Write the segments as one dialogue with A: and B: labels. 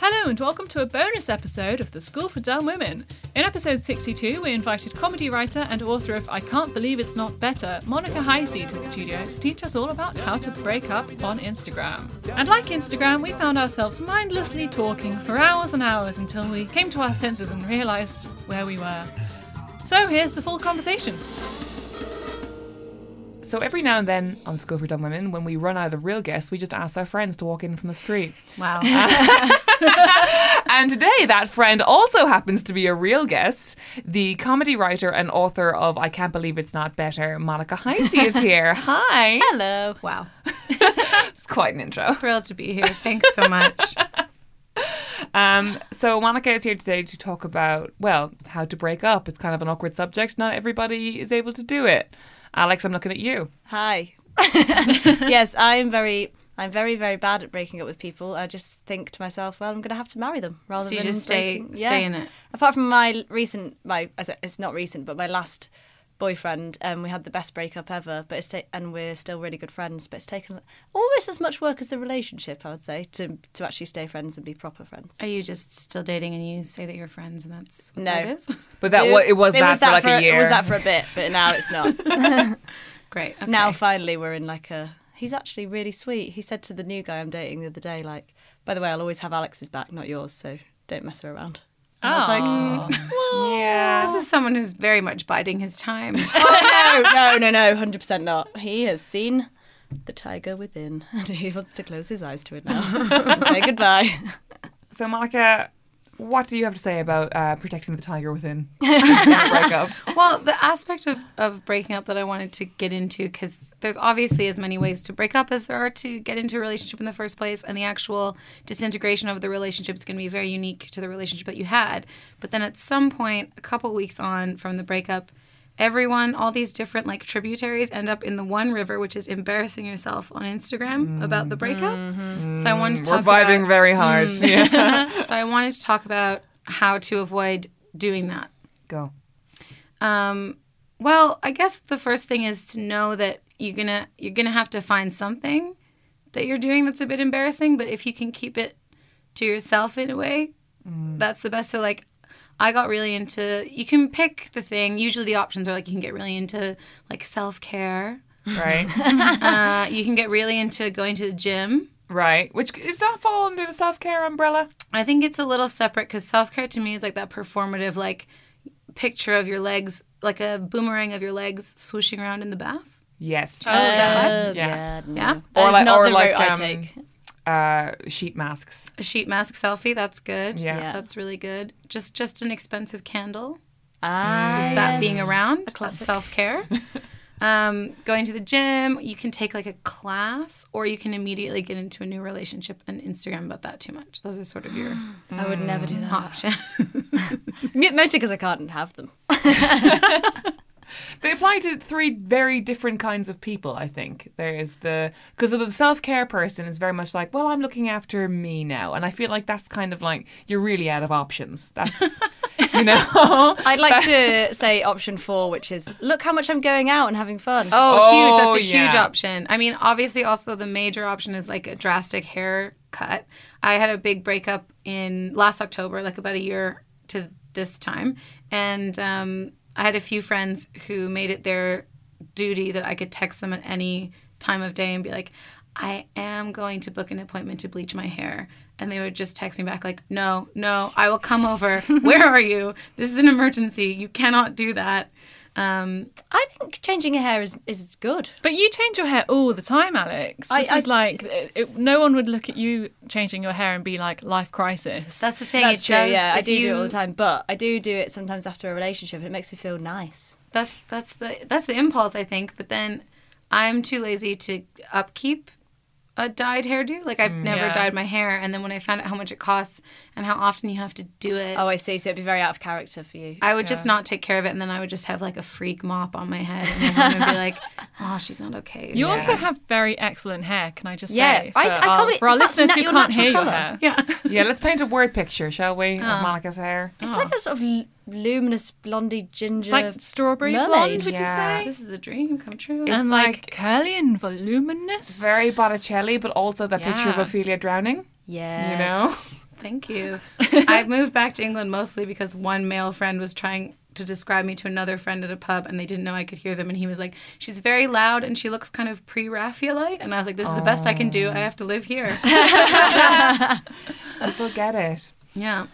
A: Hello and welcome to a bonus episode of The School for Dumb Women. In episode 62, we invited comedy writer and author of I Can't Believe It's Not Better, Monica Heisey, to the studio to teach us all about how to break up on Instagram. And like Instagram, we found ourselves mindlessly talking for hours and hours until we came to our senses and realised where we were. So here's the full conversation.
B: So every now and then on School for Dumb Women, when we run out of real guests, we just ask our friends to walk in from the street.
A: Wow.
B: And today, that friend also happens to be a real guest. The comedy writer and author of I Can't Believe It's Not Better, Monica Heisey, is here. Hi.
C: Hello. Wow.
B: It's quite an intro.
C: Thrilled to be here. Thanks so much.
B: Um, so Monica is here today to talk about, well, how to break up. It's kind of an awkward subject. Not everybody is able to do it. Alex, I'm looking at you.
C: Hi. yes, I'm very I'm very, very bad at breaking up with people. I just think to myself, well, I'm gonna have to marry them rather
D: So you
C: than
D: just stay-
C: breaking-
D: stay in it.
C: Apart from my recent my I said- it's not recent, but my last boyfriend, um, we had the best breakup ever, but it's ta- and we're still really good friends, but it's taken almost as much work as the relationship, I would say, to to actually stay friends and be proper friends.
D: Are you just still dating and you say that you're friends and that's what
C: No.
D: that is?
B: But that wa- it was that for like a year.
C: It was that for a bit, but now it's not.
D: Great. Okay.
C: Now finally we're in like a he's actually really sweet. He said to the new guy I'm dating the other day, like, by the way, I'll always have Alex's back, not yours, so don't mess her around. And I was like,
D: "Hmm, this is someone who's very much biding his time.
C: oh, no, no, no, no, hundred percent not. He has seen the tiger within, and he wants to close his eyes to it now and say goodbye.
B: So, Monica, what do you have to say about uh, protecting the tiger within breakup?
D: well, the aspect of, of breaking up that I wanted to get into, because there's obviously as many ways to break up as there are to get into a relationship in the first place, and the actual disintegration of the relationship is going to be very unique to the relationship that you had. But then at some point, a couple weeks on from the breakup, everyone, all these different like tributaries end up in the one river, which is embarrassing yourself on Instagram about the breakup. So I wanted to
B: Mm-hmm. We're
D: talk
B: vibing
D: about- Mm.
B: very hard. Yeah.
D: so I wanted to talk about how to avoid doing that.
B: Go.
D: Um, well, I guess the first thing is to know that you're gonna you're gonna have to find something that you're doing that's a bit embarrassing. But if you can keep it to yourself in a way, that's the best. So like. I got really into. You can pick the thing. Usually, the options are like you can get really into like self care.
B: Right.
D: Uh, you can get really into going to the gym.
B: right. Which is that fall under the self care umbrella?
D: I think it's a little separate because self care to me is like that performative, like picture of your legs, like a boomerang of your legs swooshing around in the bath.
B: Yes.
C: Uh,
B: Yeah.
C: no.
D: Yeah.
C: That
B: Or
C: is
B: like-
C: not
B: or
C: the
B: like,
C: route I
B: um,
C: take.
B: Uh, sheet masks.
D: A sheet mask selfie, that's good.
B: Yeah.
C: Yeah.
D: That's really good. Just just an expensive candle.
C: Ah,
D: Just that being around. That's self care. um, going to the gym. You can take like a class or you can immediately get into a new relationship and Instagram about that too much. Those are sort of your
C: I would never do that.
D: options.
C: Mostly because I can't have them.
B: They apply to three very different kinds of people, I think. There is the. Because the self care person is very much like, well, I'm looking after me now. And I feel like that's kind of like, you're really out of options. That's. You know,
C: I'd like to say option four, which is look how much I'm going out and having fun.
D: Oh, huge. That's a
B: Oh,
D: huge
B: yeah.
D: option. I mean, obviously, also the major option is like a drastic haircut. I had a big breakup in last October, like about a year to this time. And um, I had a few friends who made it their duty that I could text them at any time of day and be like, I am going to book an appointment to bleach my hair. And they would just text me back, like, no, no, I will come over. Where are you? This is an emergency. You cannot do that. Um,
C: I think changing your hair is, is good.
A: But you change your hair all the time, Alex.
C: I-
A: This
C: I-
A: is like it, it- no one would look at you changing your hair and be like life crisis.
D: that's the thing.
C: That's
D: it
C: true.
D: does-
C: yeah, I
D: if
C: do do it all the
D: you-
C: time, but I do do it sometimes after a relationship. It makes me feel nice.
D: That's that's the that's the impulse I think, but then I'm too lazy to upkeep a dyed hairdo. Like I've never
A: Mm, yeah.
D: dyed my hair, and then when I found out how much it costs and how often you have to do it,
C: Oh, I see. So it'd be very out of character for you.
D: I would just not take care of it, and then I would just have like a freak mop on my head, and my mom would be like, "Oh, she's not okay."
A: you also have very excellent hair. Can I just
C: Yeah,
A: say?
C: I- I
A: our,
C: can't be-
A: for our
C: that's
A: listeners
C: not
A: who
C: your
A: can't
C: natural
A: hear your
C: colour.
A: hair.
D: yeah.
B: Yeah, let's paint a word picture, shall we,
D: Ah.
B: of Monica's hair?
C: It's like a sort of l- luminous blondie ginger.
A: It's like strawberry
C: mermaid.
A: blonde, would
B: Yeah.
A: you say?
D: This is a dream come true.
A: and like,
B: like-
A: curly and voluminous.
B: Very Botticelli, but also that picture of
A: Yeah.
B: Ophelia drowning.
C: yeah.
B: You know,
D: Thank you. I moved back to England mostly because one male friend was trying to describe me to another friend at a pub and they didn't know I could hear them. And he was like, She's very loud and she looks kind of pre Raphaelite. And I was like, This is the best I can do. I have to live here.
B: people get it.
D: yeah.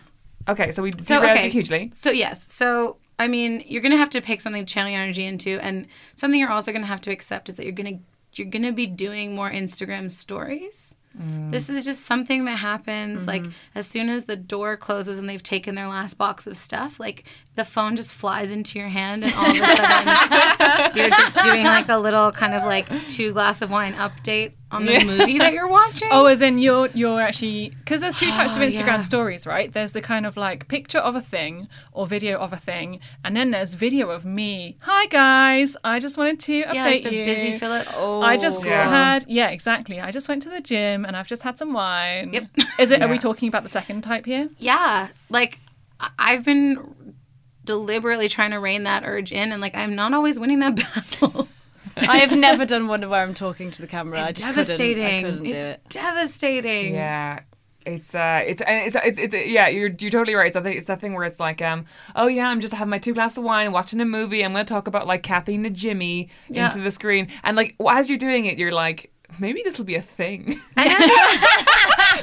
B: Okay, so we
D: So,
B: derailed
D: okay.
B: it hugely.
D: So, yes. So, I mean, you're going to have to pick something to channel your energy into. And something you're also going to have to accept is that you're going to. You're gonna be doing more Instagram stories.
A: Mm.
D: This is just something that happens. Like
A: Mm-hmm.
D: as soon as the door closes and they've taken their last box of stuff, like the phone just flies into your hand, and all of a sudden you're just doing like a little kind of like two glass of wine update on the movie that you're watching.
A: Oh, as in you're you're actually because there's two types of
D: Oh,
A: Instagram
D: yeah.
A: stories, right? There's the kind of like picture of a thing or video of a thing, and then there's video of me. Hi guys, I just wanted to update
D: yeah, like the
A: you. Oh,
D: busy Phillips.
A: I just
B: Yeah.
A: had yeah, exactly. I just went to the gym and I've just had some wine.
D: Yep.
A: Is it? Are we talking about the second type here?
D: yeah like I- i've been deliberately trying to rein that urge in and like i'm not always winning that battle
C: I have never done one where I'm talking to the camera. I just
D: devastating
C: Couldn't, I couldn't
D: it's
C: do it.
D: devastating
B: Yeah. It's uh, it's and it's, it's it's yeah, you're you're totally right. It's that, thing, it's that thing where it's like um, oh yeah, I'm just having my two glasses of wine, watching a movie. I'm gonna talk about like Kathy and Jimmy
D: Yeah.
B: into the screen, and like as you're doing it, you're like, maybe this will be a thing.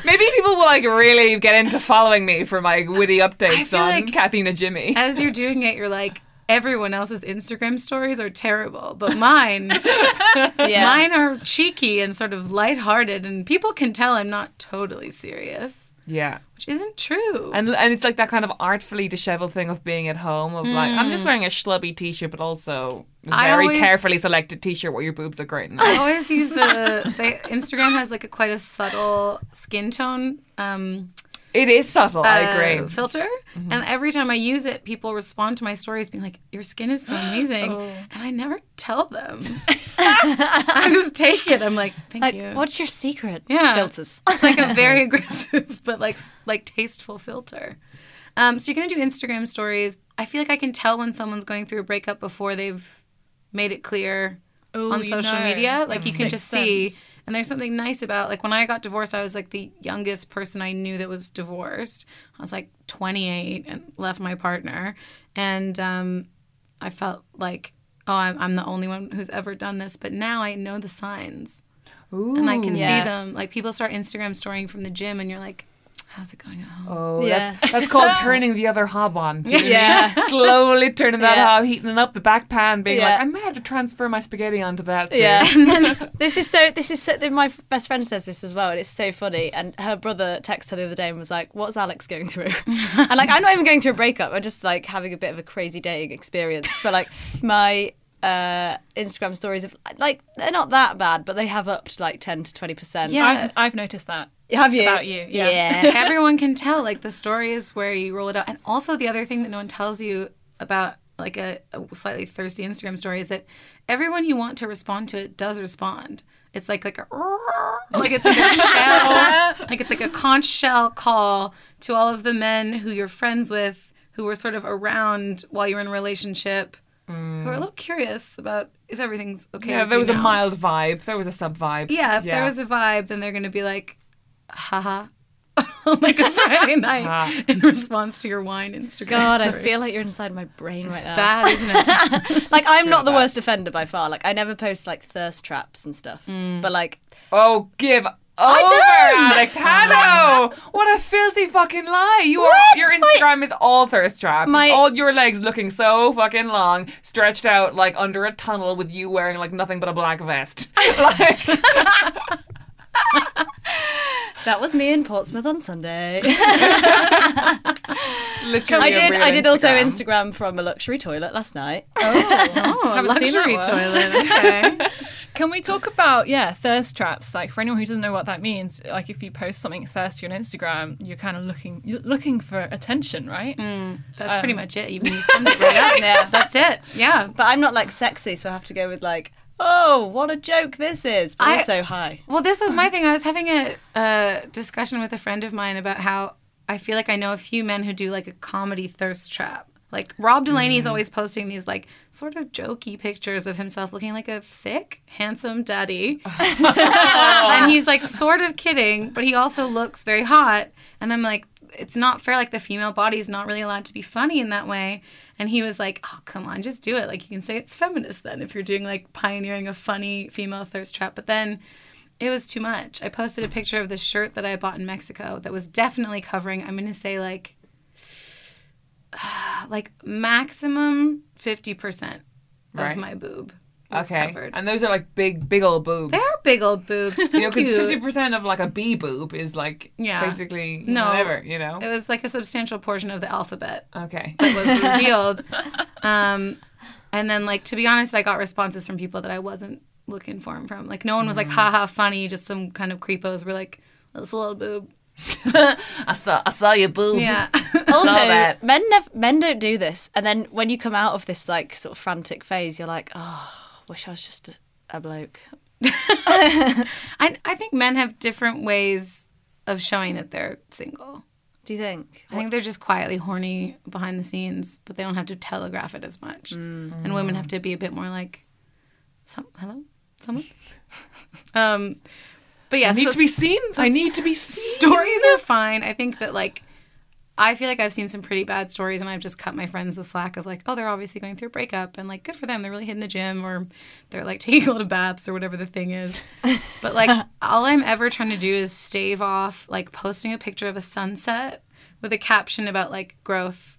B: maybe people will like really get into following me for my witty updates
D: feel
B: on
D: like-
B: Kathy and Jimmy.
D: as you're doing it you're like everyone else's instagram stories are terrible but mine
C: Yeah.
D: mine are cheeky and sort of lighthearted and people can tell i'm not totally serious
B: yeah.
D: which isn't true
B: And, and it's like that kind of artfully disheveled thing of being at home of like I'm just wearing a schlubby t-shirt, but also a
D: I
B: very
D: always-
B: carefully selected t-shirt where your boobs look great. in it.
D: I always use the, the Instagram has like a quite a subtle skin tone um,
B: It is subtle. I agree.
D: uh, filter. And every time I use it, people respond to my stories being like, Your skin is so amazing. And I never tell them. I just take it. I'm like, Thank
C: Like,
D: you.
C: what's your secret?
D: Yeah.
C: Filters.
D: It's like a very aggressive, but like like tasteful filter. Um, so you're gonna do Instagram stories. I feel like I can tell when someone's going through a breakup before they've made it clear
A: Ooh,
D: on
A: you
D: social
A: know.
D: media. Like you can
A: Sixth
D: just see.
A: sense.
D: And there's something nice about like when I got divorced, I was like the youngest person I knew that was divorced. I was like 28 and left my partner, and um, I felt like oh I'm, I'm the only one who's ever done this. But now I know the signs and I can see
C: Yeah.
D: them. Like people start Instagram storying from the gym, and you're like, "How's it going at home?"
B: Oh,
C: Yeah.
B: that's, that's called turning the other hob on. Do you know what I
C: Yeah.
B: mean? Slowly turning that
C: Yeah.
B: hob, heating up the back pan, being
C: Yeah.
B: like, I might have to transfer my spaghetti onto that. too."
C: Yeah, and then this is so. This is so, my f- best friend says this as well, and it's so funny. And her brother texted her the other day and was like, "What's Alex going through?" and like, I'm not even going through a breakup. I'm just like having a bit of a crazy dating experience. But like, my uh, Instagram stories of like they're not that bad, but they have upped like ten to twenty percent.
D: Yeah.
A: I've I've noticed that.
C: have you?
A: About you, yeah.
D: Everyone can tell. Like the story is where you roll it out. And also the other thing that no one tells you about like a, a slightly thirsty Instagram story is that everyone you want to respond to it does respond. It's like like a like it's like a shell like it's like a conch shell call to all of the men who you're friends with who were sort of around while you were in a relationship who are a little curious about if everything's okay.
B: Yeah,
D: with
B: there
D: you
B: was a
D: now.
B: mild vibe. There was a sub vibe.
D: Yeah, if there was a vibe, then they're gonna be like, haha. on like a Friday night in response to your wine Instagram.
C: God, I
D: story.
C: feel like you're inside my brain right now.
D: bad, isn't it?
C: Like I'm not the worst offender by far. Like I never post like thirst traps and stuff. But like
B: Oh, give over,
C: don't.
B: Alex Hanno. What a filthy fucking lie. You are,
C: What?
B: your
C: My-
B: Instagram is all thirst trap. It's
C: My-
B: all your legs looking so fucking long, stretched out like under a tunnel with you wearing like nothing but a black vest. like,
C: that was me in Portsmouth on Sunday.
B: literally
C: I
B: a
C: did
B: real
C: I did also Instagram from a luxury toilet last night.
D: Oh, a
A: seen that
D: luxury
A: one.
D: toilet. Okay.
A: Can we talk about yeah thirst traps? Like for anyone who doesn't know what that means, like if you post something thirsty on Instagram, you're kind of looking you're looking for attention, right?
D: Mm. That's pretty much it. Even you summed it right up. Um, Yeah, that's it. Yeah.
C: But I'm not like sexy, so I have to go with like, oh, what a joke this is, but
D: I-
C: also hi.
D: Well, this was my thing. I was having a, a discussion with a friend of mine about how I feel like I know a few men who do like a comedy thirst trap. Like Rob Delaney is always posting these like sort of jokey pictures of himself looking like a thick, handsome daddy, and he's like sort of kidding, but he also looks very hot. And I'm like, it's not fair. Like the female body is not really allowed to be funny in that way. And he was like, oh come on, just do it. Like you can say it's feminist then if you're doing like pioneering a funny female thirst trap. But then it was too much. I posted a picture of the shirt that I bought in Mexico that was definitely covering, I'm going to say like like maximum 50% of
B: Right.
D: my boob. was
B: Okay.
D: Covered.
B: And those are like big, big old boobs.
D: they are big old boobs.
B: you know,
D: Thank
B: because
D: you.
B: fifty percent of like a B boob is like
D: Yeah.
B: basically
D: No. Uh,
B: whatever, you know.
D: It was like a substantial portion of the alphabet
B: okay.
D: was revealed. Um, and then, like, to be honest, I got responses from people that I wasn't looking for 'em from. Like, no one was
B: Mm.
D: like, haha, funny. Just some kind of creepos were like, that's a little boob.
B: I saw I saw your boob.
D: Yeah.
C: Also,
B: that.
C: men nev- men don't do this. And then when you come out of this like sort of frantic phase, you're like, oh, wish I was just a, a bloke.
D: I, I think men have different ways of showing that they're single.
C: Do you think?
D: I think they're just quietly horny behind the scenes, but they don't have to telegraph it as much. And
B: Mm.
D: women have to be a bit more like, some hello, someone. um, but yeah,
B: I need
D: so
B: to be seen. I need to be seen.
D: stories are fine. I think that like. I feel like I've seen some pretty bad stories, and I've just cut my friends the slack of like, oh, they're obviously going through a breakup, and like, good for them. They're really hitting the gym, or they're like taking a lot of baths, or whatever the thing is. But like, all I'm ever trying to do is stave off like posting a picture of a sunset with a caption about like growth.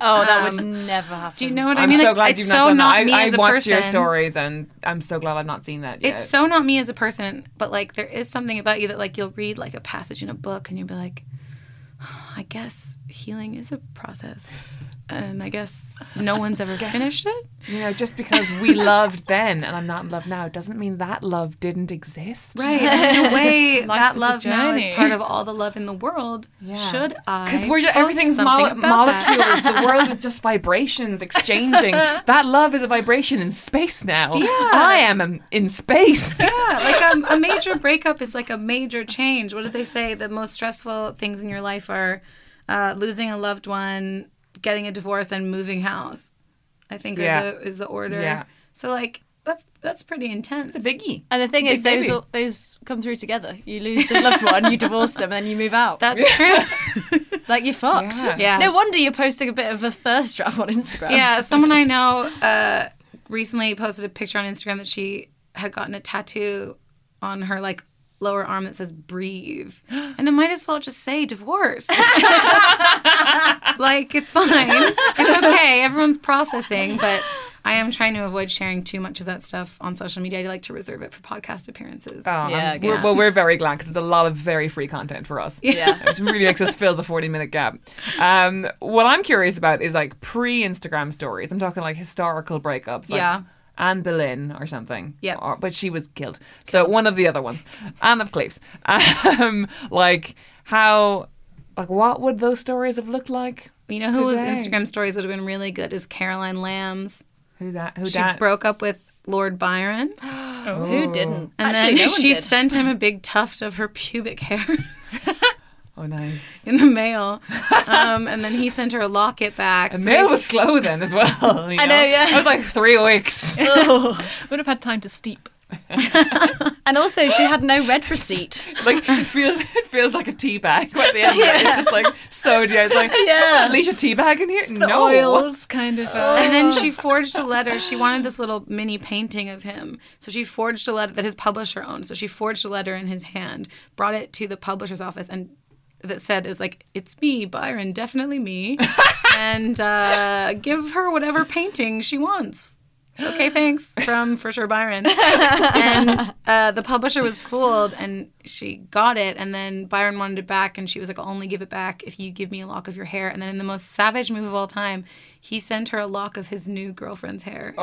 C: Oh, that would never happen.
D: Do you know what
B: Mm. I'm
D: I mean?
B: so
D: like,
B: glad
D: it's
B: you've
D: so
B: not done
D: not
B: that.
D: me
B: I,
D: as
B: I
D: a
B: watch
D: person.
B: your stories, and I'm so glad I've not seen that yet.
D: It's so not me as a person, but like there is something about you that like you'll read like a passage in a book and you'll be like, I guess healing is a process, and I guess no one's ever finished it.
B: you know, just because we loved then and I'm not in love now doesn't mean that love didn't exist.
D: Right. In a way, that
A: is a
D: love now is
A: journey.
D: part of all the love in the world. Should I?
B: Because we're just,
D: post
B: everything's
D: something
B: mo-
D: about that?
B: molecules. the world is just vibrations exchanging. that love is a vibration in space now. Yeah. I am um, in space.
D: Yeah, like um, a, a major breakup is like a major change. What did they say? The most stressful things in your life are uh, losing a loved one, getting a divorce, and moving house. I think
B: Yeah.
D: are the, is the order.
B: Yeah.
D: So like that's that's pretty intense. It's
B: Biggie.
C: And the thing is,
B: Big
C: those
B: baby.
C: all, those come through together. You lose the loved one, you divorce them, and then you move out.
D: That's true.
C: like you're fucked.
B: Yeah.
D: Yeah.
C: No wonder you're posting a bit of a thirst trap on Instagram.
D: yeah, someone I know uh, recently posted a picture on Instagram that she had gotten a tattoo on her like lower arm that says breathe. And it might as well just say divorce. like it's fine. It's okay. Everyone's processing, but I am trying to avoid sharing too much of that stuff on social media. I like to reserve it for podcast appearances.
B: Um,
C: Yeah,
B: we're-
C: yeah.
B: Well, we're very glad because it's a lot of very free content for us.
C: Yeah.
B: Which really makes us fill the 40 minute gap. Um, what I'm curious about is like pre Instagram stories. I'm talking like historical breakups. Like
D: Yeah.
B: Anne Boleyn or something.
D: Yep.
B: Or- But she was killed. So one of the other ones. Anne of Cleves. Um, like how, like what would those stories have looked like?
D: You know whose
B: Today.
D: Instagram stories would have been really good is Caroline Lambs.
B: Who that? Who
D: She
B: that?
D: broke up with Lord Byron.
C: Who didn't?
D: And
C: Actually,
D: then
C: no one
D: she
C: did.
D: sent him a big tuft of her pubic hair
B: oh, nice.
D: in the mail. Um, and then he sent her a locket back.
B: The
D: So
B: mail
D: they-
B: was slow then as well. you
C: know, yeah.
B: It was like three weeks.
A: Would have had time to steep.
C: And also, she had no red receipt.
B: Like it feels it feels like a tea bag by the end. of it. It's just like so dear. It's like
C: Yeah.
B: yeah. Leisha tea bag in here?
A: The
B: no.
A: oils kind of. Uh,
D: And
C: Oh.
D: then she forged a letter. She wanted this little mini painting of him. So she forged a letter that his publisher owned. So she forged a letter in his hand, brought it to the publisher's office, and that said, is like, it's me, Byron, definitely me. and uh, give her whatever painting she wants. Okay, thanks. From For Sure Byron. and uh, the publisher was fooled and she got it. And then Byron wanted it back. And she was like, I'll only give it back if you give me a lock of your hair. And then, in the most savage move of all time, he sent her a lock of his new girlfriend's hair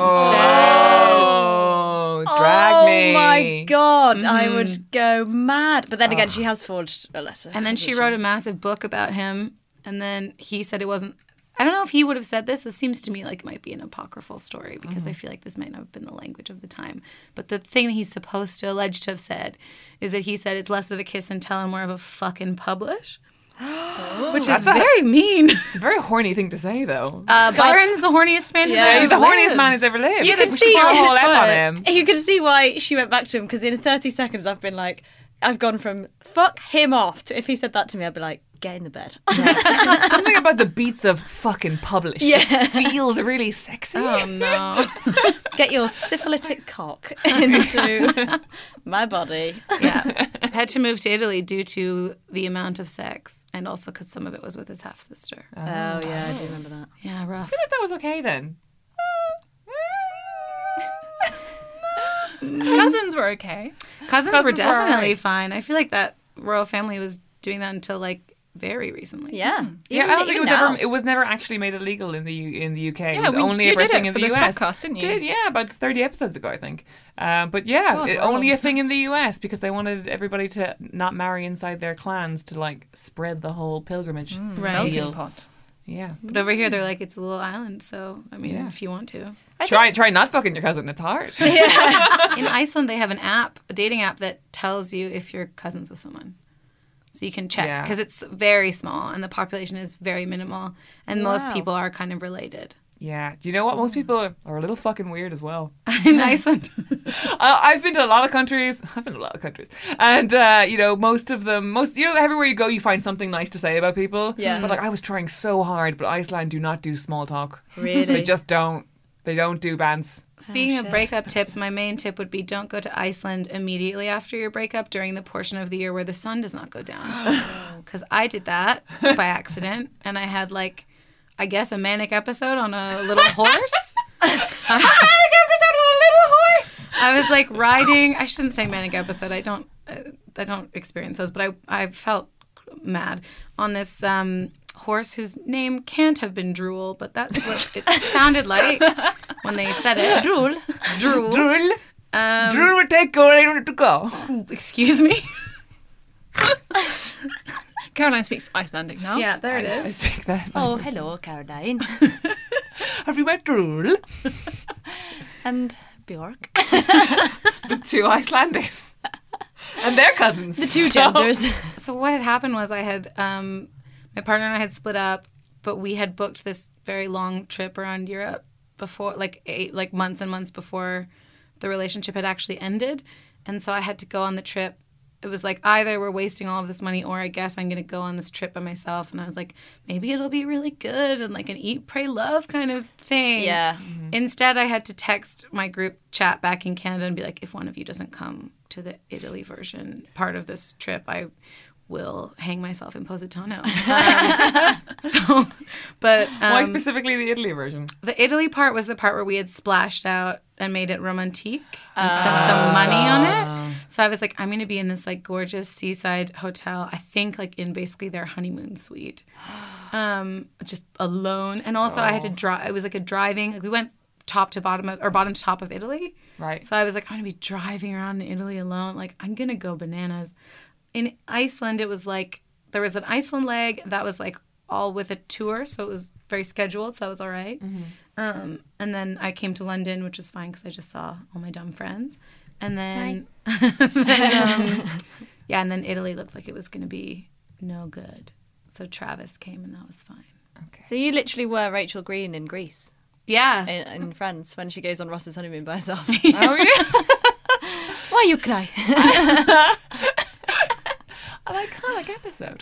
B: Oh, drag
C: oh
B: me.
C: my god, I would go mad. But then again, she has forged a letter.
D: And then she wrote a massive book about him. And then he said it wasn't. I don't know if he would have said this. This seems to me like it might be an apocryphal story because I feel like this might not have been the language of the time. But the thing that he's supposed to allege to have said is that he said it's less of a kiss and tell and more of a fucking publish, which is
B: a-
D: very mean.
B: It's a very horny thing to say though.
D: Uh, Byron's the horniest man. who's
C: Yeah,
D: ever
B: He's the
D: lived.
B: horniest man who's ever lived.
C: You can
B: we
C: see
B: should pour a
C: your
B: whole ep on
C: foot.
B: him.
C: You can see why she went back to him because in 30 seconds, I've been like, I've gone from fuck him off to if he said that to me, I'd be like, get in the bed.
B: Something about the beats of fucking published just feels really sexy.
D: Oh no!
C: get your syphilitic cock into my body.
D: Yeah, had to move to Italy due to the amount of sex, and also because some of it was with his half sister.
C: Oh, yeah, I do remember that.
D: Yeah, rough.
B: I think that was okay then.
A: cousins were okay.
D: Cousins, were
B: Cousins were all
D: definitely
B: right.
D: fine. I feel like that royal family was doing that until like very recently.
C: Yeah.
B: Yeah, I don't think it was
C: now.
B: ever. It was never actually made illegal in the U, in the UK. it
A: Yeah,
B: was
A: we-
B: only
A: you
B: ever a
A: did
B: thing
A: it
B: in
A: for
B: the
A: this
B: US.
A: podcast, didn't you?
B: Did yeah, about thirty episodes ago, I think. Uh, but yeah,
A: God,
B: it-
A: we're
B: only a
A: old.
B: thing in the US because they wanted everybody to not marry inside their clans to like spread the whole pilgrimage.
A: Mm.
D: Right.
A: Melting pot.
B: Yeah,
D: But over here, they're like it's a little island. So I mean, if you want to,
B: try try not fucking your cousin. It's hard.
D: in Iceland, they have an app, a dating app that tells you if you're cousins with someone. So you can check
B: Yeah.
D: because it's very small and the population is very minimal, and most people are kind of related
B: yeah, do you know what? Most people are, are a little fucking weird as well.
D: in Iceland.
B: I- I've been to a lot of countries. I've been to a lot of countries, and uh, you know, most of them, most you know, everywhere you go, you find something nice to say about people.
C: Yeah.
B: But like, I was trying so hard, but Iceland do not do small talk.
C: Really?
B: they just don't. They don't do bands.
D: Speaking of breakup tips, my main tip would be don't go to Iceland immediately after your breakup during the portion of the year where the sun does not go down. Because I did that by accident, and I had like, I guess, a manic episode on a little horse. a manic episode on a little horse. I was like riding. I shouldn't say manic episode. I don't. Uh, I don't experience those, but I I felt mad on this um, horse whose name can't have been Drool, but that's what it sounded like when they said it. Drool. Drool.
B: Drool,
D: Um,
B: drool, will take go. I to go.
D: Excuse me.
A: Caroline speaks Icelandic now.
D: Yeah, there it is.
B: Speak that.
C: Oh, hello, Caroline.
B: Have you met Drool?
C: and Bjork.
B: The two Icelandics and their cousins. The
C: Two genders.
D: So what had happened was I had um, my partner and I had split up, but we had booked this very long trip around Europe before, like eight, like months and months before the relationship had actually ended, and so I had to go on the trip. It was like either we're wasting all of this money, or I guess I'm gonna go on this trip by myself. And I was like, maybe it'll be really good and like an eat, pray, love kind of thing.
C: Yeah.
D: Mm-hmm. Instead, I had to text my group chat back in Canada and be like, if one of you doesn't come to the Italy version part of this trip, I will hang myself in Positano. Um, so, but
B: Why
D: um,
B: specifically the Italy version?
D: the Italy part was the part where we had splashed out and made it romantique and spent some money on it. So I was like, I'm going to be in this like gorgeous seaside hotel. I think like in basically their honeymoon suite, um, just alone. And also I had to drive. It was like a driving. Like we went top to bottom of, or bottom to top of Italy.
B: Right.
D: So I was like, I'm going to be driving around in Italy alone. Like I'm going to go bananas. In Iceland, it was like there was an Iceland leg that was like all with a tour, so it was very scheduled. So that was all right. Um, and then I came to London, which was fine because I just saw all my dumb friends. And then, then, um, yeah, and then Italy looked like it was going to be no good. So Travis came, and that was fine.
C: So you literally were Rachel Green in Greece,
D: Yeah,
C: in, in Friends, when she goes on Ross's honeymoon by herself.
B: Oh yeah.
D: Why you cry?
B: I like like episode.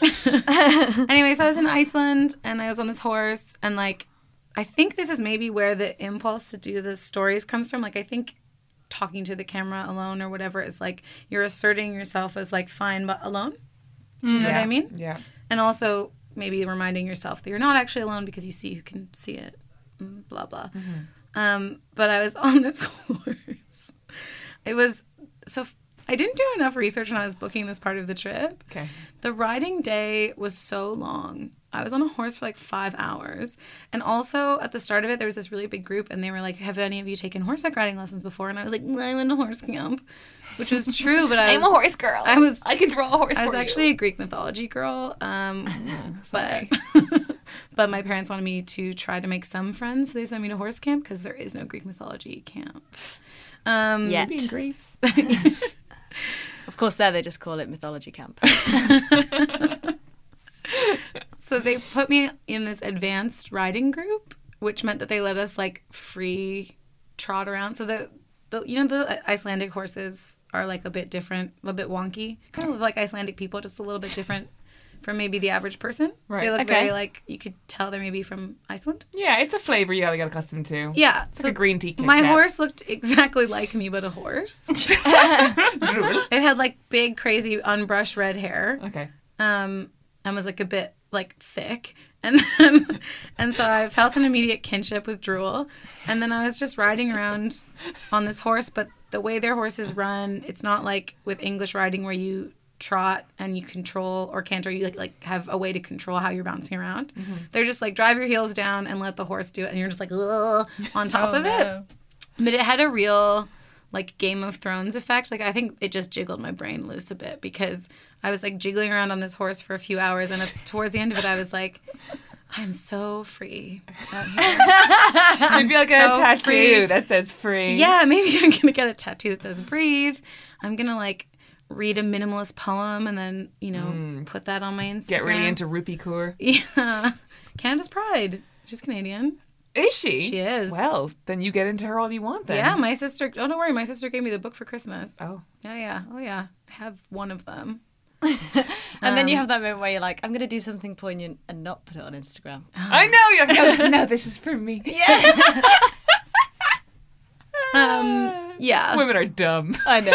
D: Anyways, I was in Iceland and I was on this horse and like I think this is maybe where the impulse to do the stories comes from. Like I think talking to the camera alone or whatever is like you're asserting yourself as like fine but alone. Do you know what I mean?
B: Yeah.
D: And also maybe reminding yourself that you're not actually alone because you see who can see it. mm, Blah blah.
E: Mm-hmm.
D: Um, but I was on this horse. It was so f- I didn't do enough research when I was booking this part of the trip.
B: Okay.
D: The riding day was so long. I was on a horse for like five hours. And also at the start of it, there was this really big group, and they were like, Have any of you taken horseback riding lessons before? And I was like, "No, I went to horse camp, which was true, but I
E: I'm
D: was-
E: a horse girl.
D: I was
E: I can draw a horse.
D: I was
E: for you.
D: actually a Greek mythology girl, um, but but my parents wanted me to try to make some friends. So they sent me to horse camp because there is no Greek mythology camp. Um,
E: Yet.
B: In Greece.
C: Of course, there they just call it mythology camp.
D: So they put me in this advanced riding group, which meant that they let us like free trot around. So the, the you know the uh, Icelandic horses are like a bit different, a little bit wonky, kind of like Icelandic people, just a little bit different from maybe the average person. Right. They look very like you could tell they're maybe from Iceland.
B: Yeah, it's a flavor you gotta get accustomed to.
D: Yeah.
B: It's like a green tea. Kit
D: My
B: Kat.
D: horse looked exactly like me, but a horse. it had like big, crazy, unbrushed red hair
B: Okay.
D: um, and was like a bit like thick. And then, and so I felt an immediate kinship with Drool. And then I was just riding around on this horse, but the way their horses run, it's not like with English riding where you trot and you control or canter, you like, like have a way to control how you're bouncing around.
B: Mm-hmm.
D: They're just like drive your heels down and let the horse do it. And you're just like "Ugh," on top
A: Oh,
D: of it.
A: no.
D: But it had a real like Game of Thrones effect. Like I think it just jiggled my brain loose a bit because I was like jiggling around on this horse for a few hours, and at- towards the end of it, I was like, "I'm so free." out here."
B: It'd be like
D: so
B: a tattoo
D: free.
B: that says free.
D: yeah, maybe I'm gonna get a tattoo that says "Breathe." I'm gonna like read a minimalist poem and then you know put that on my Instagram.
B: Get really into rupee core.
D: yeah. Canada's pride. She's Canadian.
B: Is she?
D: She is.
B: Well, then you get into her all you want then.
D: Yeah, my sister. Oh, don't worry. My sister gave me the book for Christmas.
B: Oh.
D: Yeah, yeah. Oh, yeah. I have one of them.
C: and then you have that moment where you're like, I'm going to do something poignant and not put it on Instagram.
B: I know you have
D: Oh,
B: no, no, this is for me.
D: Um, yeah.
B: Women are dumb.
D: Uh,
C: I know.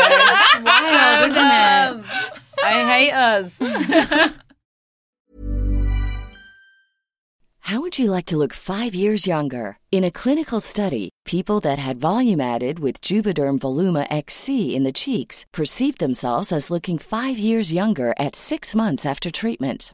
D: wild, isn't it?
C: I hate us.
F: How would you like to look five years younger? In a clinical study, people that had volume added with Juvederm Voluma XC in the cheeks perceived themselves as looking five years younger at six months after treatment.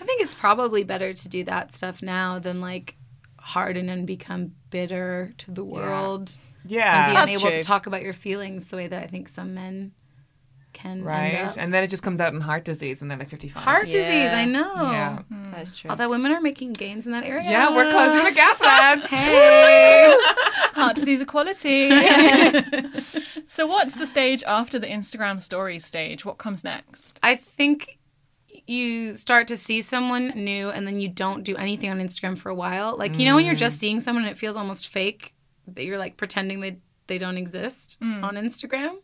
D: I think it's probably better to do that stuff now than like harden and become bitter to the world and
B: Yeah.
D: be
C: That's
D: unable
C: true.
D: to talk about your feelings the way that I think some men can. End
B: Right.
D: up.
B: And then it just comes out in heart disease when they're like 55.
D: Heart disease,
C: Yeah.
D: I know.
B: Yeah.
C: That's true.
D: Although women are making gains in that area.
B: Yeah, we're closing the gap, lads.
D: Hey.
A: Heart disease equality. so, what's the stage after the Instagram stories stage? What comes next?
D: I think you start to see someone new and then you don't do anything on Instagram for a while. Like, you know, when you're just seeing someone and it feels almost fake that you're like pretending they, they don't exist on Instagram.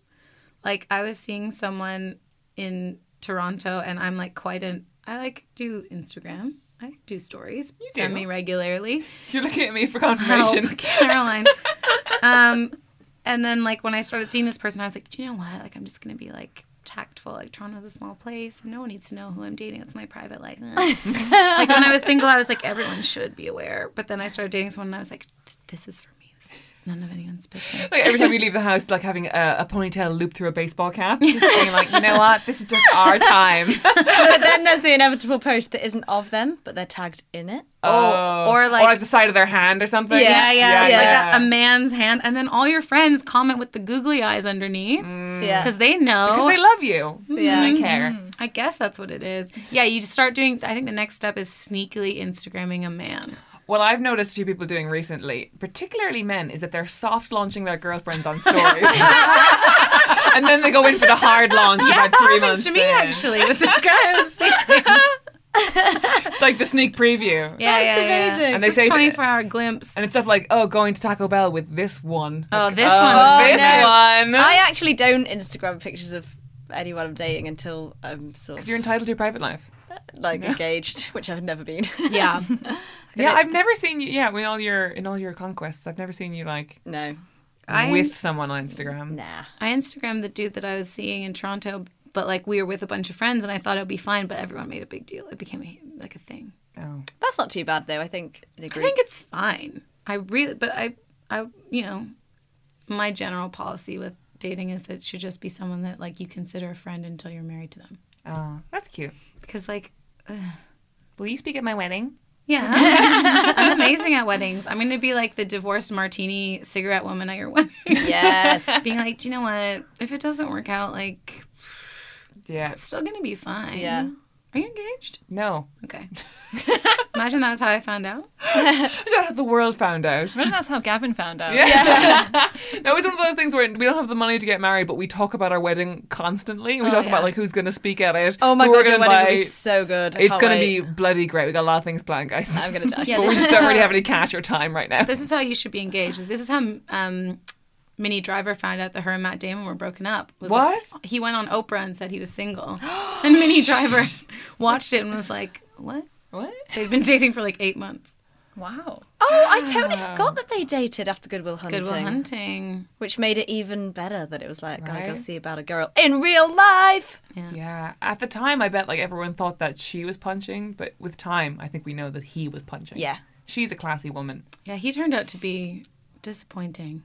D: Like, I was seeing someone in Toronto and I'm like quite an, I like do Instagram. I do stories semi regularly.
B: You're looking at me for
D: Help,
B: confirmation.
D: Caroline. um, and then like when I started seeing this person, I was like, do you know what? Like I'm just gonna be like tactful. Like Toronto's a small place, and no one needs to know who I'm dating. It's my private life. Eh. like when I was single, I was like, everyone should be aware. But then I started dating someone, and I was like, this, this is for me. This is none of anyone's business.
B: Like every time you leave the house, like having a, a ponytail looped through a baseball cap, just being like, you know what, this is just our time.
C: but then there's the inevitable post that isn't of them, but they're tagged in it.
B: Oh.
D: or like-
B: or like the side of their hand or something.
D: Yeah, yeah,
B: yeah.
D: like A, a man's hand, and then all your friends comment with the googly eyes underneath because
B: Mm.
C: Yeah.
D: they know
B: 'Cause they love you.
C: Yeah.
B: They care.
D: I guess that's what it is. Yeah, you just start doing. I think the next step is sneakily Instagramming a man.
B: What I've noticed a few people doing recently, particularly men, is that they're soft launching their girlfriends on stories. and then they go in for the hard launch
D: Yeah,
B: about
D: that
B: three
D: happened
B: months
D: to me
B: in.
D: actually with this guy. I was thinking. yeah,
B: It's like the sneak preview.
D: yeah, yeah.
C: amazing.
B: And
D: And
B: they
D: they just
B: say that-
D: twenty four hour glimpse.
B: And it's stuff like, oh, going to Taco Bell with this one.
D: Oh,
B: Like,
D: this one's
B: This
D: amazing.
B: one.
C: I actually don't Instagram pictures of anyone I'm dating until I'm sort of
B: Because you're entitled to your private life.
C: like engaged, which I've never been.
D: yeah,
B: Yeah, I've never seen you. Yeah, with all your in all your conquests, I've never seen you like
C: no,
D: I-
B: with someone on Instagram.
C: nah.
D: I Instagrammed the dude that I was seeing in Toronto, but like we were with a bunch of friends, and I thought it would be fine, but everyone made a big deal. It became a, like a thing.
B: Oh.
C: That's not too bad though. I think in a
D: I
C: group.
D: think it's fine. I really, but I, I, you know, my general policy with dating is that it should just be someone that like you consider a friend until you're married to them,
B: oh, that's cute.
D: because like
B: Will you speak at my wedding?
D: Yeah. I'm amazing at weddings. I'm going to be like the divorced martini cigarette woman at your wedding.
C: yes.
D: Being like, do you know what? If it doesn't work out, like,
B: Yeah.
D: it's still going to be fine.
C: Yeah.
D: Are you engaged?
B: No.
D: Okay. Imagine that's how I found out.
B: I don't have the world found out.
A: Imagine that's how Gavin found out.
B: No, it's one of those things where we don't have the money to get married, but we talk about our wedding constantly.
A: Oh,
B: We talk about like who's going to speak at it.
C: Oh my
B: who we're
C: god, your
B: gonna
C: wedding will be
B: invite.
C: so good. I
B: It's
C: can't
B: going to
C: wait.
B: be bloody great. We got a lot of things planned, guys.
C: I'm gonna die.
D: Yeah,
B: but we
D: this,
B: just
D: is
B: don't
D: how,
B: really have any cash or time right now.
D: this is how you should be engaged. This is how um, Minnie Driver found out that her and Matt Damon were broken up. Was like- he went on Oprah and said he was single. and Minnie Driver watched it and was like, what?
B: What?
D: They'd been dating for like eight months.
A: Wow.
C: Oh, I totally
B: Ah.
C: forgot that they dated after Goodwill Hunting,
D: Goodwill Hunting.
C: which made it even better that it was like, gotta go
B: Right.
C: see about a girl in real life.
B: Yeah. At the time, I bet like everyone thought that she was punching, but with time, I think we know that he was punching.
C: Yeah.
B: She's a classy woman.
D: Yeah, he turned out to be disappointing.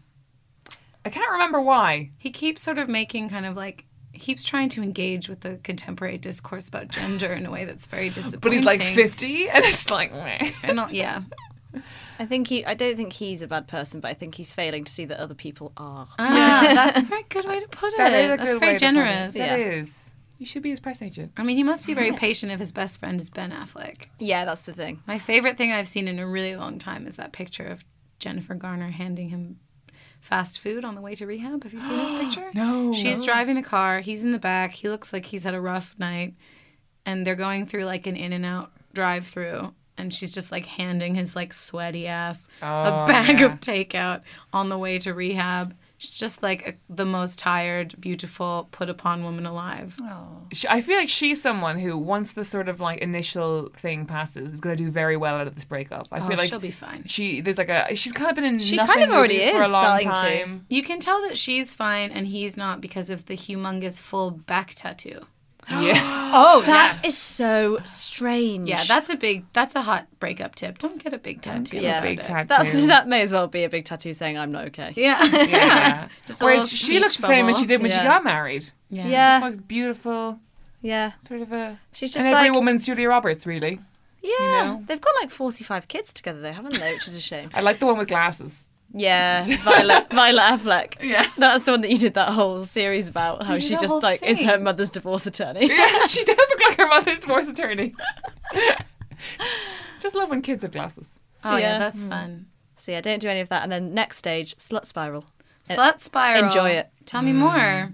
B: I can't remember why.
D: He keeps sort of making kind of like he keeps trying to engage with the contemporary discourse about gender in a way that's very disappointing.
B: But he's like 50, and it's like, meh.
D: And not, yeah.
C: I think he. I don't think he's a bad person, but I think he's failing to see that other people are.
D: Ah, that's a very good way to put it.
B: That is a
D: that's
B: good way
D: very
B: to put it.
D: generous.
B: That is. You should be his press agent.
D: I mean, he must be very patient if his best friend is Ben Affleck.
C: Yeah, that's the thing.
D: My favorite thing I've seen in a really long time is that picture of Jennifer Garner handing him fast food on the way to rehab. Have you seen this picture? no. She's driving the car. He's in the back. He looks like he's had a rough night. And they're going through like an in and out drive through. And she's just like handing his like sweaty ass a bag of takeout on the way to rehab. She's just like a, the most tired, beautiful, put upon woman alive.
B: Sh- I feel like she's someone who, once the sort of like initial thing passes, is going to do very well out of this breakup.
C: Oh,
B: I feel like
D: she'll be fine.
B: She there's like a she's kind of been in
C: She
B: nothing
C: kind of already
B: movies for a
C: is
B: long
C: starting to.
B: time.
D: You can tell that she's fine and he's not because of the humongous full back tattoo.
B: Yeah,
C: Oh, that is so strange.
D: Yeah, that's a big, that's a hot breakup tip. Don't get a big tattoo.
C: yeah.
D: about
B: big
D: it.
B: tattoo.
C: That's that may as well be a big tattoo saying I'm not okay.
D: Yeah.
B: yeah.
D: Just a
B: Whereas
D: little
B: she looks
D: speech
B: the same as
D: bubble.
B: she did when she
C: Yeah.
B: got married.
C: Yeah,
B: She's
C: yeah.
B: like beautiful, sort of a.
C: She's just
B: and every
C: like
B: woman's Julia Roberts, really.
C: Yeah,
B: know?
C: they've got like forty-five kids together, though, haven't they? Which is a shame.
B: I like the one with glasses.
C: Yeah, Violet, Violet Affleck.
B: Yeah.
C: that's the one that you did that whole series about. How
D: did
C: she
D: that
C: just
D: whole
C: like is her
D: thing.
C: mother's divorce attorney.
B: Yeah, she does look like her mother's divorce attorney. Just love when kids have glasses.
D: Oh, yeah,
C: Yeah. Hmm.
D: that's fun.
C: so yeah, don't do any of that. And then next stage, slut spiral.
D: Slut spiral.
C: E- Enjoy it.
D: Tell me more.
B: Hmm.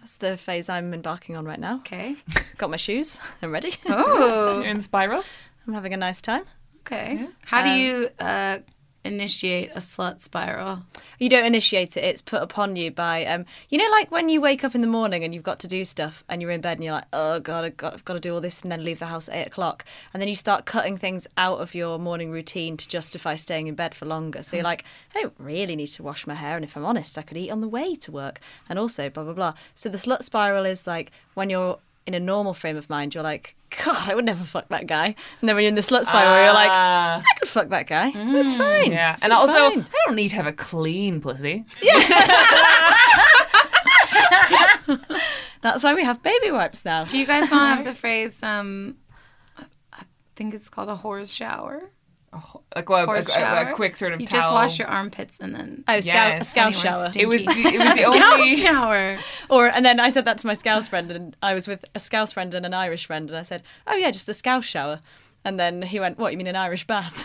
C: That's the phase I'm embarking on right now.
D: Okay.
C: Got my shoes. I'm ready.
D: Oh.
B: You're in spiral.
C: I'm having a nice time.
D: Okay. How
C: Um,
D: do you uh, initiate a slut spiral?
C: You don't initiate it; it's put upon you by, um, you know, like when you wake up in the morning and you've got to do stuff, and you're in bed and you're like, oh god, I've got, I've got to do all this, and then leave the house at eight o'clock, and then you start cutting things out of your morning routine to justify staying in bed for longer. So you're like, I don't really need to wash my hair, and if I'm honest, I could eat on the way to work, and also blah blah blah. So the slut spiral is like when you're in a normal frame of mind, you're like. God, I would never fuck that guy. And then when you're in the slut spiral, you're like,
B: Ah. Mm.
C: I could fuck that guy. That's fine.
B: Yeah,
C: This
B: and
C: is
B: although
C: fine."
B: I don't need to have a clean pussy.
C: That's why we have baby wipes now.
D: Do you guys not have the phrase? Um, I think it's called a whore's shower.
B: Like well, a,
D: Whore's
B: a- a- a
D: shower.
B: quick sort of
D: You
B: towel.
D: just wash your armpits and then
C: Oh,
B: Yes.
C: scout, a
D: Anyway,
C: scout shower.
D: stink.
B: It was the, it was the only.
D: scout shower.
C: Or and then I said that to my scouse friend, and I was with a scouse friend and an Irish friend, and I said, "Oh yeah, just a scouse shower." And then he went, "What you mean an Irish bath?"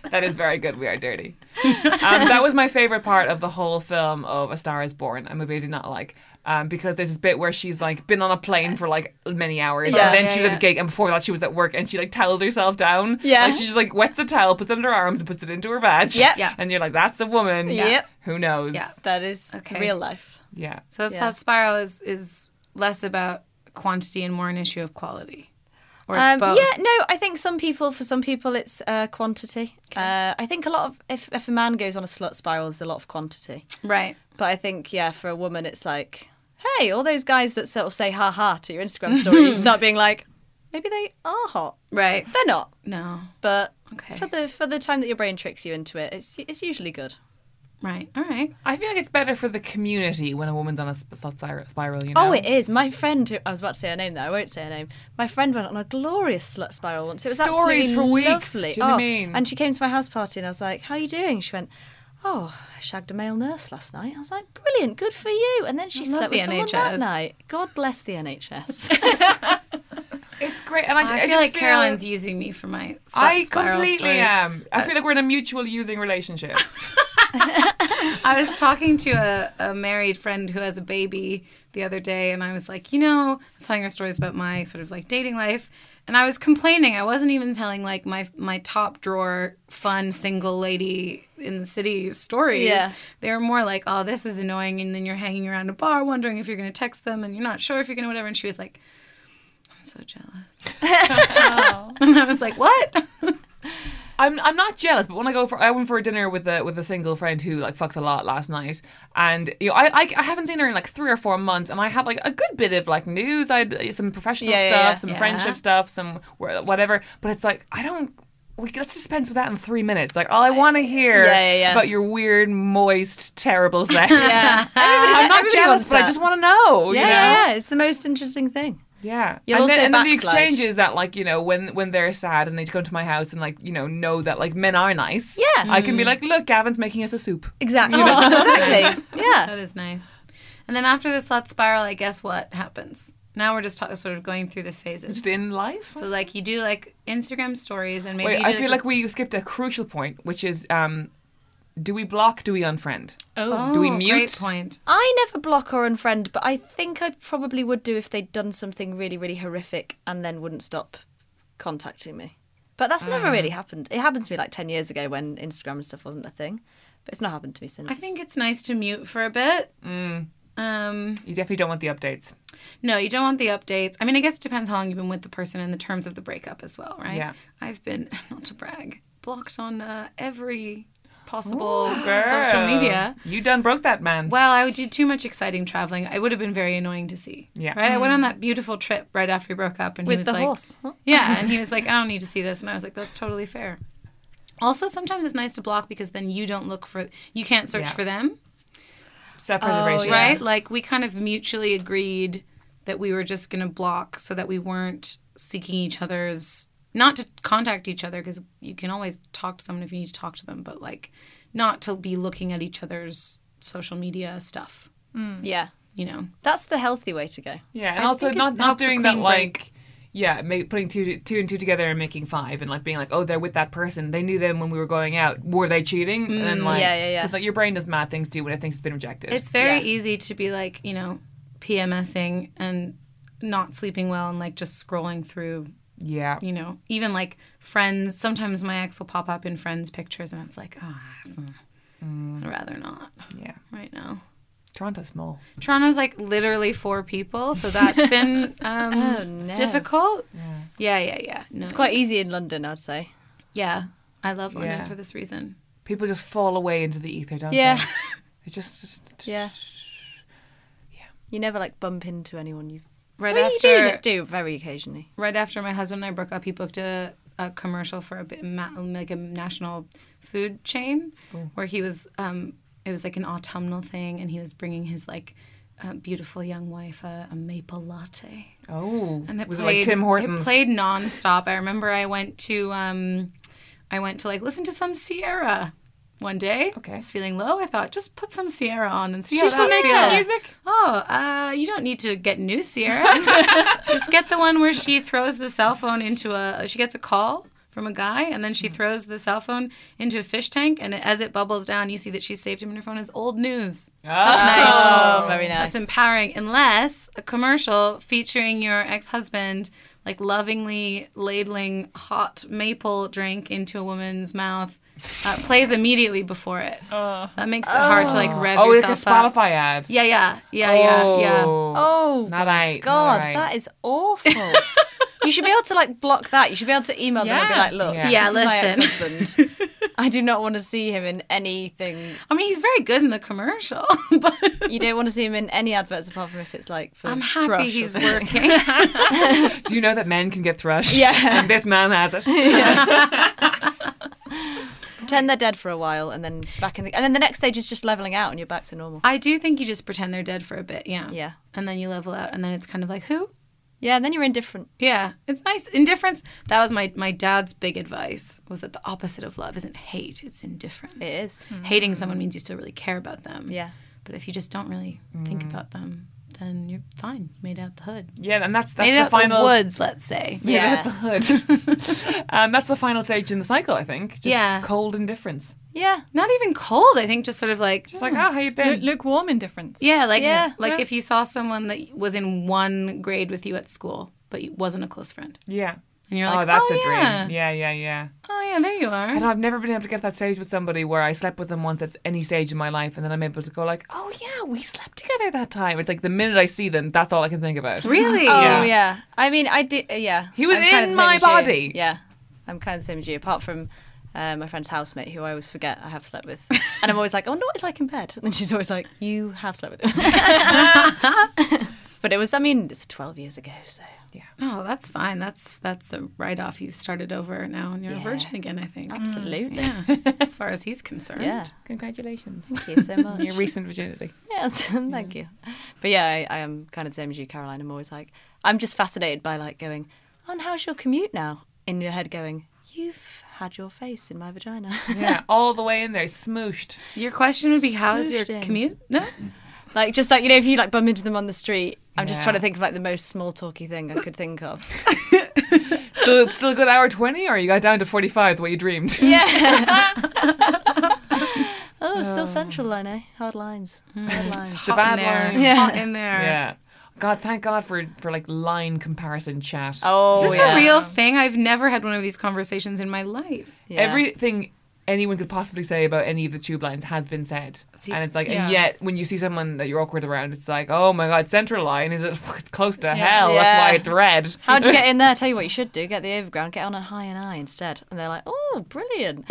B: That is very good. We are dirty. um, that was my favorite part of the whole film of A Star Is Born, a movie I did not like, um, because there's this bit where she's like been on a plane for like many hours,
C: Yeah.
B: and then
D: Yeah,
B: she's at
D: yeah.
B: the gig, and before that she was at work, and she like towels herself down.
C: Yeah.
B: like, she just like wets a towel, puts it under her arms, and puts it into her vag.
C: Yep.
D: Yeah.
B: and you're like, that's a woman.
C: Yep.
B: who knows?
D: Yeah.
C: that is
D: Okay.
C: real life.
B: yeah.
D: So a
C: Yeah.
D: slut spiral is is less about quantity and more an issue of quality, or it's
C: Um,
D: both.
C: yeah, no, I think some people, for some people, it's uh, quantity. Uh, I think a lot of if, if a man goes on a slut spiral, there's a lot of quantity.
D: Right.
C: But I think yeah, for a woman, it's like, hey, all those guys that sort of say ha ha to your Instagram story, you start being like, maybe they are hot.
D: Right.
C: They're not.
D: No.
C: but
D: Okay.
C: for the for the time that your brain tricks you into it, it's it's usually good.
D: Right. All right.
B: I feel like it's better for the community when a woman's on a sp- slut spir- spiral. You know.
C: Oh, it is. My friend, who, I was about to say her name there, I won't say her name. My friend went on a glorious slut spiral once. It was
B: Stories
C: absolutely
B: for weeks,
C: lovely.
B: do you know what I
C: Oh,
B: mean?
C: And she came to my house party, and I was like, "How are you doing?" She went. Oh, I shagged a male nurse last night. I was like, brilliant, good for you. And then she
D: I love
C: slept with
D: the
C: someone that
D: NHS.
C: night. God bless the NHS.
B: It's great, and I,
D: I,
B: I
D: feel
B: just
D: like Caroline's using me for my slut
B: I
D: Oh, spiral
B: completely
D: story. Uh,
B: am. I feel like we're in a mutual using relationship.
D: I was talking to a, a married friend who has a baby the other day, and I was like, you know, I was telling her stories about my sort of like dating life, and I was complaining. I wasn't even telling like my my top drawer fun single lady in the city stories.
C: Yeah.
D: They were more like, oh, this is annoying, and then you're hanging around a bar wondering if you're going to text them, and you're not sure if you're going to whatever. And she was like, I'm so jealous. and I was like, what?
B: I'm I'm not jealous, but when I go for I went for a dinner with a with a single friend who like fucks a lot last night, and you know I I, I haven't seen her in like three or four months, and I had like a good bit of like news, I had uh, some professional
C: Yeah, yeah,
B: stuff,
C: yeah.
B: some
D: Yeah.
B: friendship stuff, some wh- whatever, but it's like I don't. We, let's dispense with that in three minutes. Like all I want to hear
C: Yeah, yeah, yeah.
B: about your weird, moist, terrible sex.
C: yeah.
B: I'm not
C: everybody
B: jealous,
C: wants
B: but I
C: that.
B: just want to know.
C: yeah,
B: you know?
C: yeah, yeah. It's the most interesting thing.
B: Yeah,
C: You'll
B: and,
C: also
B: then, and then the
C: backslide.
B: exchange is that like you know when when they're sad and they come to my house and like you know know that like men are nice.
C: Yeah.
B: I can be like, look, Gavin's making us a soup.
C: Exactly. exactly. Yeah.
D: That is nice. And then after the slut spiral, I guess what happens? Now we're just ta- sort of going through the phases.
B: Just in life.
D: So like you do like Instagram stories and maybe
B: Wait,
D: you
B: I
D: do,
B: feel like we skipped a crucial point, which is um, do we block? Do we unfriend?
A: Oh,
B: do we
D: Oh,
B: mute?
D: Great point.
C: I never block or unfriend, but I think I probably would do if they'd done something really, really horrific and then wouldn't stop contacting me. But that's never really happened. It happened to me like 10 years ago when Instagram and stuff wasn't a thing. But it's not happened to me since.
D: I think it's nice to mute for a bit.
B: Mm.
D: Um,
B: You definitely don't want the updates.
D: no, you don't want the updates. I mean, I guess it depends how long you've been with the person and the terms of the breakup as well, right?
B: Yeah.
D: I've been not to brag blocked on uh, every possible social
B: Girl,
D: media.
B: You done broke that man.
D: Well, I did too much exciting traveling. It would have been very annoying to see.
B: Yeah.
D: Right? I went on that beautiful trip right after we broke up and he
C: Mm. With
D: was
C: the
D: like
C: horse.
D: Yeah, and he was like, I don't need to see this and I was like, That's totally fair. Also sometimes it's nice to block because then you don't look for you can't search
B: Yeah.
D: for them.
B: Self
C: Oh,
B: preservation.
D: oh, Right? Like we kind of mutually agreed that we were just gonna block so that we weren't seeking each other's not to contact each other because you can always talk to someone if you need to talk to them, but like not to be looking at each other's social media stuff,
C: Yeah.
D: you know.
C: That's the healthy way to go.
B: Yeah, and
D: I
B: also
D: think it
B: not not
D: helps a
B: doing that
D: clean
B: like
D: break.
B: yeah, make, putting two two and two together and making five, and like being like, oh, they're with that person. They knew them when we were going out. Were they cheating? and
D: Mm,
B: then like,
C: yeah, yeah, yeah.
B: Because like your brain does mad things too when it thinks it's been rejected.
D: It's very easy to be like, you know, PMSing and not sleeping well and like just scrolling through,
B: yeah,
D: you know, even like friends. Sometimes my ex will pop up in friends' pictures and it's like, ah, mm, I'd rather not
B: yeah.
D: right now.
B: Toronto's small.
D: Toronto's like literally four people, so that's been um, difficult. Yeah, yeah, yeah. No,
C: It's quite easy in London, I'd say.
D: yeah. I love London
B: Yeah.
D: for this reason.
B: People just fall away into the ether, don't
C: Yeah.
B: they? It just, just
C: Yeah. You never like bump into anyone you've.
D: Right
C: Well,
D: after
C: you do, do very occasionally.
D: right after my husband and I broke up, he booked a, a commercial for a bit, ma- like a national food chain where he was. Um, it was like an autumnal thing, and he was bringing his like uh, beautiful young wife a, a maple latte.
B: oh,
D: And it
B: was
D: played,
B: it like Tim Hortons?
D: It played nonstop. I remember I went to um, I went to like listen to some Sierra one day.
B: Okay.
D: I was feeling low. I thought just put some Sierra on and see
B: She
D: how
B: still
D: that
B: make
D: feels.
B: that music?
D: Oh, uh, you don't need to get new Sierra. just get the one where she throws the cell phone into a. She gets a call. From a guy, and then
B: Mm-hmm.
D: she throws the cell phone into a fish tank, and as it bubbles down, you see that she saved him in her phone as old news.
B: Ah.
D: That's nice.
C: Oh, very nice.
D: That's empowering, unless a commercial featuring your ex husband like lovingly ladling hot maple drink into a woman's mouth uh, plays immediately before it. that makes it hard to like rev
B: oh, it's like a
D: yourself up.
B: Spotify ad.
D: Yeah, yeah, yeah,
B: Oh,
D: yeah, yeah.
C: Oh,
B: Not
C: my
B: right, not
C: God,
B: right.
C: that is awful. you should be able to like block that. You should be able to email them and be
A: Yeah.
C: like, look,
B: Yeah.
D: Yeah,
C: this is
D: listen.
C: my ex-husband. I do not want to see him in anything.
D: I mean, he's very good in the commercial, but
C: You don't want to see him in any adverts apart from if it's like for
D: I'm happy
C: Thrush or
D: he's
C: something.
D: working.
B: Do you know that men can get thrush?
C: Yeah.
B: and this man has it.
C: Pretend they're dead for a while and then back in the. And then the next stage is just leveling out and you're back to normal.
D: I do think you just pretend they're dead for a bit, yeah.
C: Yeah.
D: And then you level out, and then it's kind of like, who?
C: Yeah, and then you're indifferent.
D: Yeah, it's nice. Indifference. That was my my dad's big advice was that the opposite of love isn't hate; it's indifference.
C: It is.
D: Hating someone means you still really care about them.
C: Yeah.
D: But if you just don't really think about them, then you're fine. You made it out the hood.
B: Yeah, and that's that's
D: made it
B: the
D: out
B: final
D: the woods, let's say.
B: yeah.
C: Yeah.
B: hood. um, that's the final stage in the cycle, I think. Just
D: Yeah.
B: cold indifference.
C: Yeah.
D: Not even cold. I think just sort of like.
B: It's like, oh, how you
A: Lu-
B: been?
A: lukewarm indifference.
D: yeah, like
C: Yeah.
D: like if you saw someone that was in one grade with you at school, but you- wasn't a close friend,
B: yeah.
D: and you're
B: oh,
D: like,
B: that's
D: oh,
B: a
D: yeah.
B: dream. Yeah, yeah, yeah.
D: Oh yeah, there you
B: I
D: are.
B: know, I've never been able to get that stage with somebody where I slept with them once at any stage in my life, and then I'm able to go like, oh yeah, we slept together that time. It's like the minute I see them, that's all I can think about.
D: Really?
C: Oh
B: Yeah.
C: yeah. I mean, I do. uh, Yeah.
B: He was
C: I'm kind
B: in
C: of the same
B: my
C: as you.
B: body.
C: Yeah. I'm kind of the same as you, apart from uh, my friend's housemate, who I always forget I have slept with, and I'm always like, I wonder what it's like in bed, and she's always like, you have slept with him. but it was, I mean, it's 12 years ago, so
D: Oh, that's fine. That's that's a write off. You've started over now, and you're a virgin again. I think.
C: absolutely.
D: Yeah, as far as he's concerned.
C: Yeah.
B: Congratulations.
C: Thank you so much.
B: Your recent virginity.
C: Yes, thank you. But yeah, I, I am kind of the same as you, Caroline. I'm always like, I'm just fascinated by like going, oh, and how's your commute now? In your head, going, you've had your face in my vagina.
B: Yeah, all the way in there, smooshed.
D: Your question would be, how is your
C: Smooshed in.
D: commute? No.
C: like just like you know, if you like bump into them on the street, I'm just
B: Yeah.
C: trying to think of like the most small talky thing I could think of.
B: Still, still a good hour twenty, or you got down to forty-five the way you dreamed.
C: Yeah. oh, it's still central line, eh? Hard lines. Hard lines.
B: It's a bad
D: in there.
B: line.
D: Hot in there.
B: Yeah. God, thank God for for like line comparison chat.
C: Oh,
D: Is this
C: yeah.
D: a real thing? I've never had one of these conversations in my life.
C: Yeah.
B: Everything anyone could possibly say about any of the tube lines has been said, and it's like,
A: yeah.
B: and yet when you see someone that you're awkward around, it's like, oh my God, central line is it? It's close to hell. That's why
C: Yeah.
B: it's red.
C: How'd you get in there? Tell you what you should do: get the overground, get on a high and I instead. And they're like, "Oh, brilliant!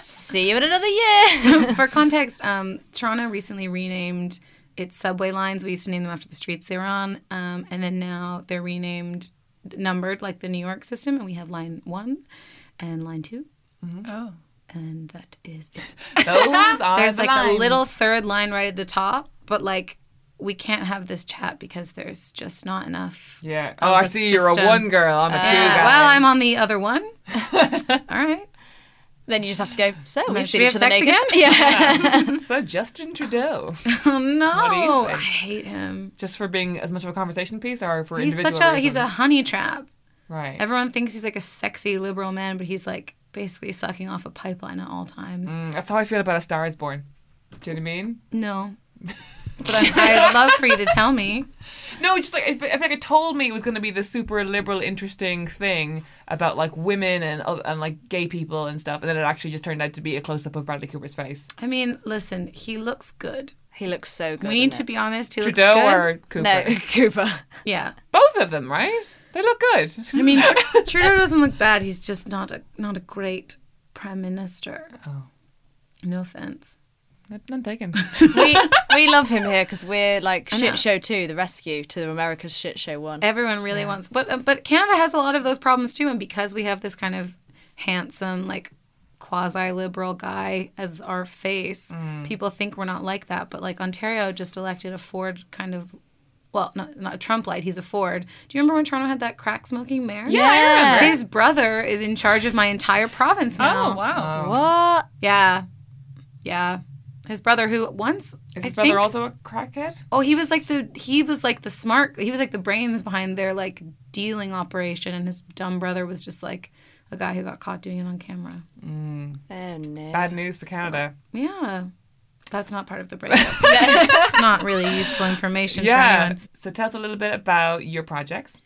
C: See you in another year."
D: For context, um, Toronto recently renamed its subway lines. We used to name them after the streets they were on, um, and then now they're renamed, numbered like the New York system, and we have line one and line two.
A: Oh.
D: And that is it.
B: Those are
D: There's
B: the
D: like
B: lines.
D: a little third line right at the top, but like we can't have this chat because there's just not enough.
B: Yeah.
D: of
B: Oh, I see. You're a
D: system."
B: one girl. I'm a two
D: Yeah,
B: guy.
D: Well, I'm on the other one. All right.
C: Then you just have to go. So
D: Then
C: we've
D: should
C: seen
D: we
C: each
D: have
C: other
D: sex
C: naked.
D: again?
C: Yeah.
B: so Justin Trudeau,
D: Oh no,
B: think?
D: I hate him.
B: just for being as much of a conversation piece, or for
D: He's
B: individual
D: such a he's a
B: reasons?
D: honey trap.
B: right.
D: Everyone thinks he's like a sexy liberal man, but he's like basically sucking off a pipeline at all times.
B: Mm, that's how I feel about A Star Is Born. Do you know what I mean?
D: No. But I, I'd love for you to tell me.
B: No, just like if, if like it told me it was going to be this super liberal, interesting thing about like women and oth- and like gay people and stuff, and then it actually just turned out to be a close up of Bradley Cooper's face.
D: I mean, listen, he looks good.
C: he looks so good.
D: we need to
C: doesn't
D: be honest. He
B: Trudeau
D: looks good.
B: or Cooper?
C: he? No, Cooper.
D: yeah.
B: Both of them, right? They look good.
D: I mean, Tr- Trudeau doesn't look bad. He's just not a not a great prime minister.
B: Oh.
D: No offense.
B: None taken.
C: we we love him here because we're like
D: know. Eh.
C: shit show two, the rescue to America's shit show one.
D: Everyone really wants, but uh, but Canada has a lot of those problems too. And because we have this kind of handsome, like quasi liberal guy as our face,
B: Mm.
D: people think we're not like that. But like Ontario just elected a Ford kind of. Well, not, not a Trump light. He's a Ford. Do you remember when Toronto had that crack smoking mayor?
B: I remember.
D: His brother is in charge of my entire province now.
A: Oh, wow.
C: What?
D: Yeah. Yeah. His brother who once
B: Is
D: I
B: his brother
D: think-
B: also a crackhead?
D: Oh, he was like the he was like the smart he was like the brains behind their like dealing operation and his dumb brother was just like a guy who got caught doing it on camera.
C: Oh no.
B: Bad news for Canada.
D: Yeah. That's not part of the breakup. it's not really useful information for
B: Yeah.
D: anyone.
B: So tell us a little bit about your projects.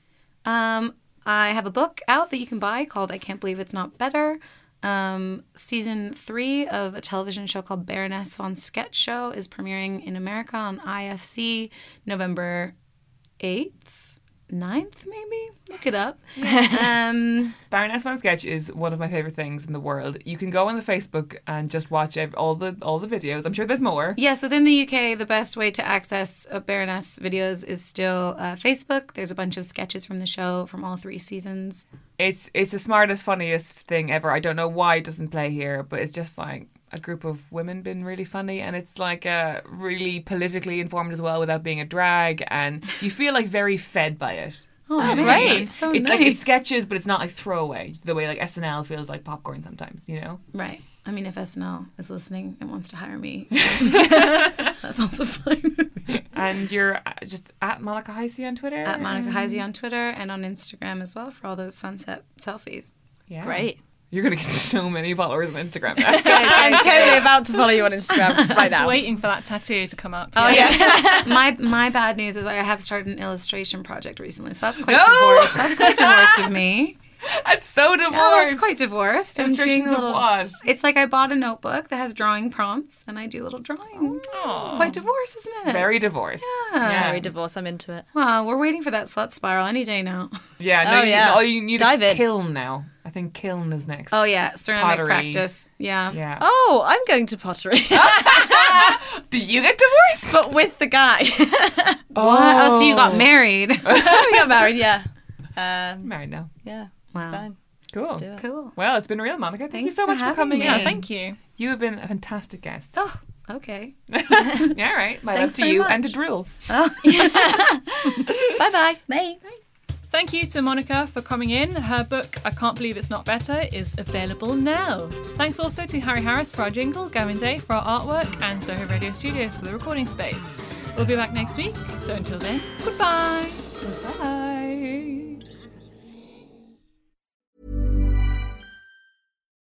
D: Um, I have a book out that you can buy called I Can't Believe It's Not Better. Um, season three of a television show called Baroness von Sketch Show is premiering in America on IFC November 8th, 9th, maybe? Look it up. um,
B: Baroness von Sketch is one of my favorite things in the world. You can go on the Facebook and just watch ev- all the all the videos. I'm sure there's more.
D: Yes, within the UK, the best way to access uh, Baroness videos is still uh, Facebook. There's a bunch of sketches from the show from all three seasons.
B: It's it's the smartest, funniest thing ever. I don't know why it doesn't play here, but it's just like a group of women being really funny, and it's like uh, really politically informed as well, without being a drag, and you feel like very fed by it.
D: Oh,
B: great.
D: It's so
B: it's
D: nice.
B: like it's sketches, but it's not like throwaway. The way like SNL feels like popcorn sometimes, you know.
D: Right. I mean, if SNL is listening and wants to hire me, that's also fine.
B: And you're uh, just at Malika Heisey on Twitter.
D: At Monica Heisey on Twitter and on Instagram as well for all those sunset selfies.
B: Yeah.
C: Great.
B: You're gonna get so many followers on Instagram. now.
C: I'm totally about to follow you on Instagram right
A: Just
C: now.
A: waiting for that tattoo to come up.
D: Oh yeah. my my bad news is I have started an illustration project recently, so that's quite
B: No!
D: divorced. That's quite divorced of me.
B: That's so divorced.
D: Oh, that's quite divorced. I'm doing
B: Illustrations
D: a
B: of
D: little.
B: what?
D: It's like I bought a notebook that has drawing prompts, and I do little drawings. It's quite divorced, isn't it?
B: Very divorced.
D: Yeah.
C: Very divorce. I'm into it.
D: Well, we're waiting for that slut spiral any day now.
B: Yeah, no,
C: Oh,
B: you,
C: yeah.
B: oh, you need
C: Dive
B: a
C: in.
B: kiln now. I think kiln is next.
D: Oh yeah, ceramic
B: Pottery.
D: practice. Yeah.
B: Yeah.
C: Oh, I'm going to pottery,
B: Did you get divorced?
C: but with the guy.
D: What? Oh, so you got married?
C: we got married. Yeah. Um,
B: I'm married now.
C: yeah.
D: Wow.
C: Fine.
B: Cool.
C: do it.
D: Cool.
B: Well, it's been real, Monica. Thank you
D: Thanks
B: so
D: for
B: much for
D: having
B: coming
D: me.
B: in.
A: Yeah, thank you.
B: You have been a fantastic guest.
D: Oh, okay.
B: Yeah, all right. My
D: Thanks
B: love to
D: very
B: you and to
D: much.
B: Drool.
C: Bye bye. Bye.
A: Thank you to Monica for coming in. Her book, I Can't Believe It's Not Better, is available now. Thanks also to Harry Harris for our jingle, Gavin Day for our artwork, and Soho Radio Studios for the recording space. We'll be back next week, so until then, goodbye. Goodbye.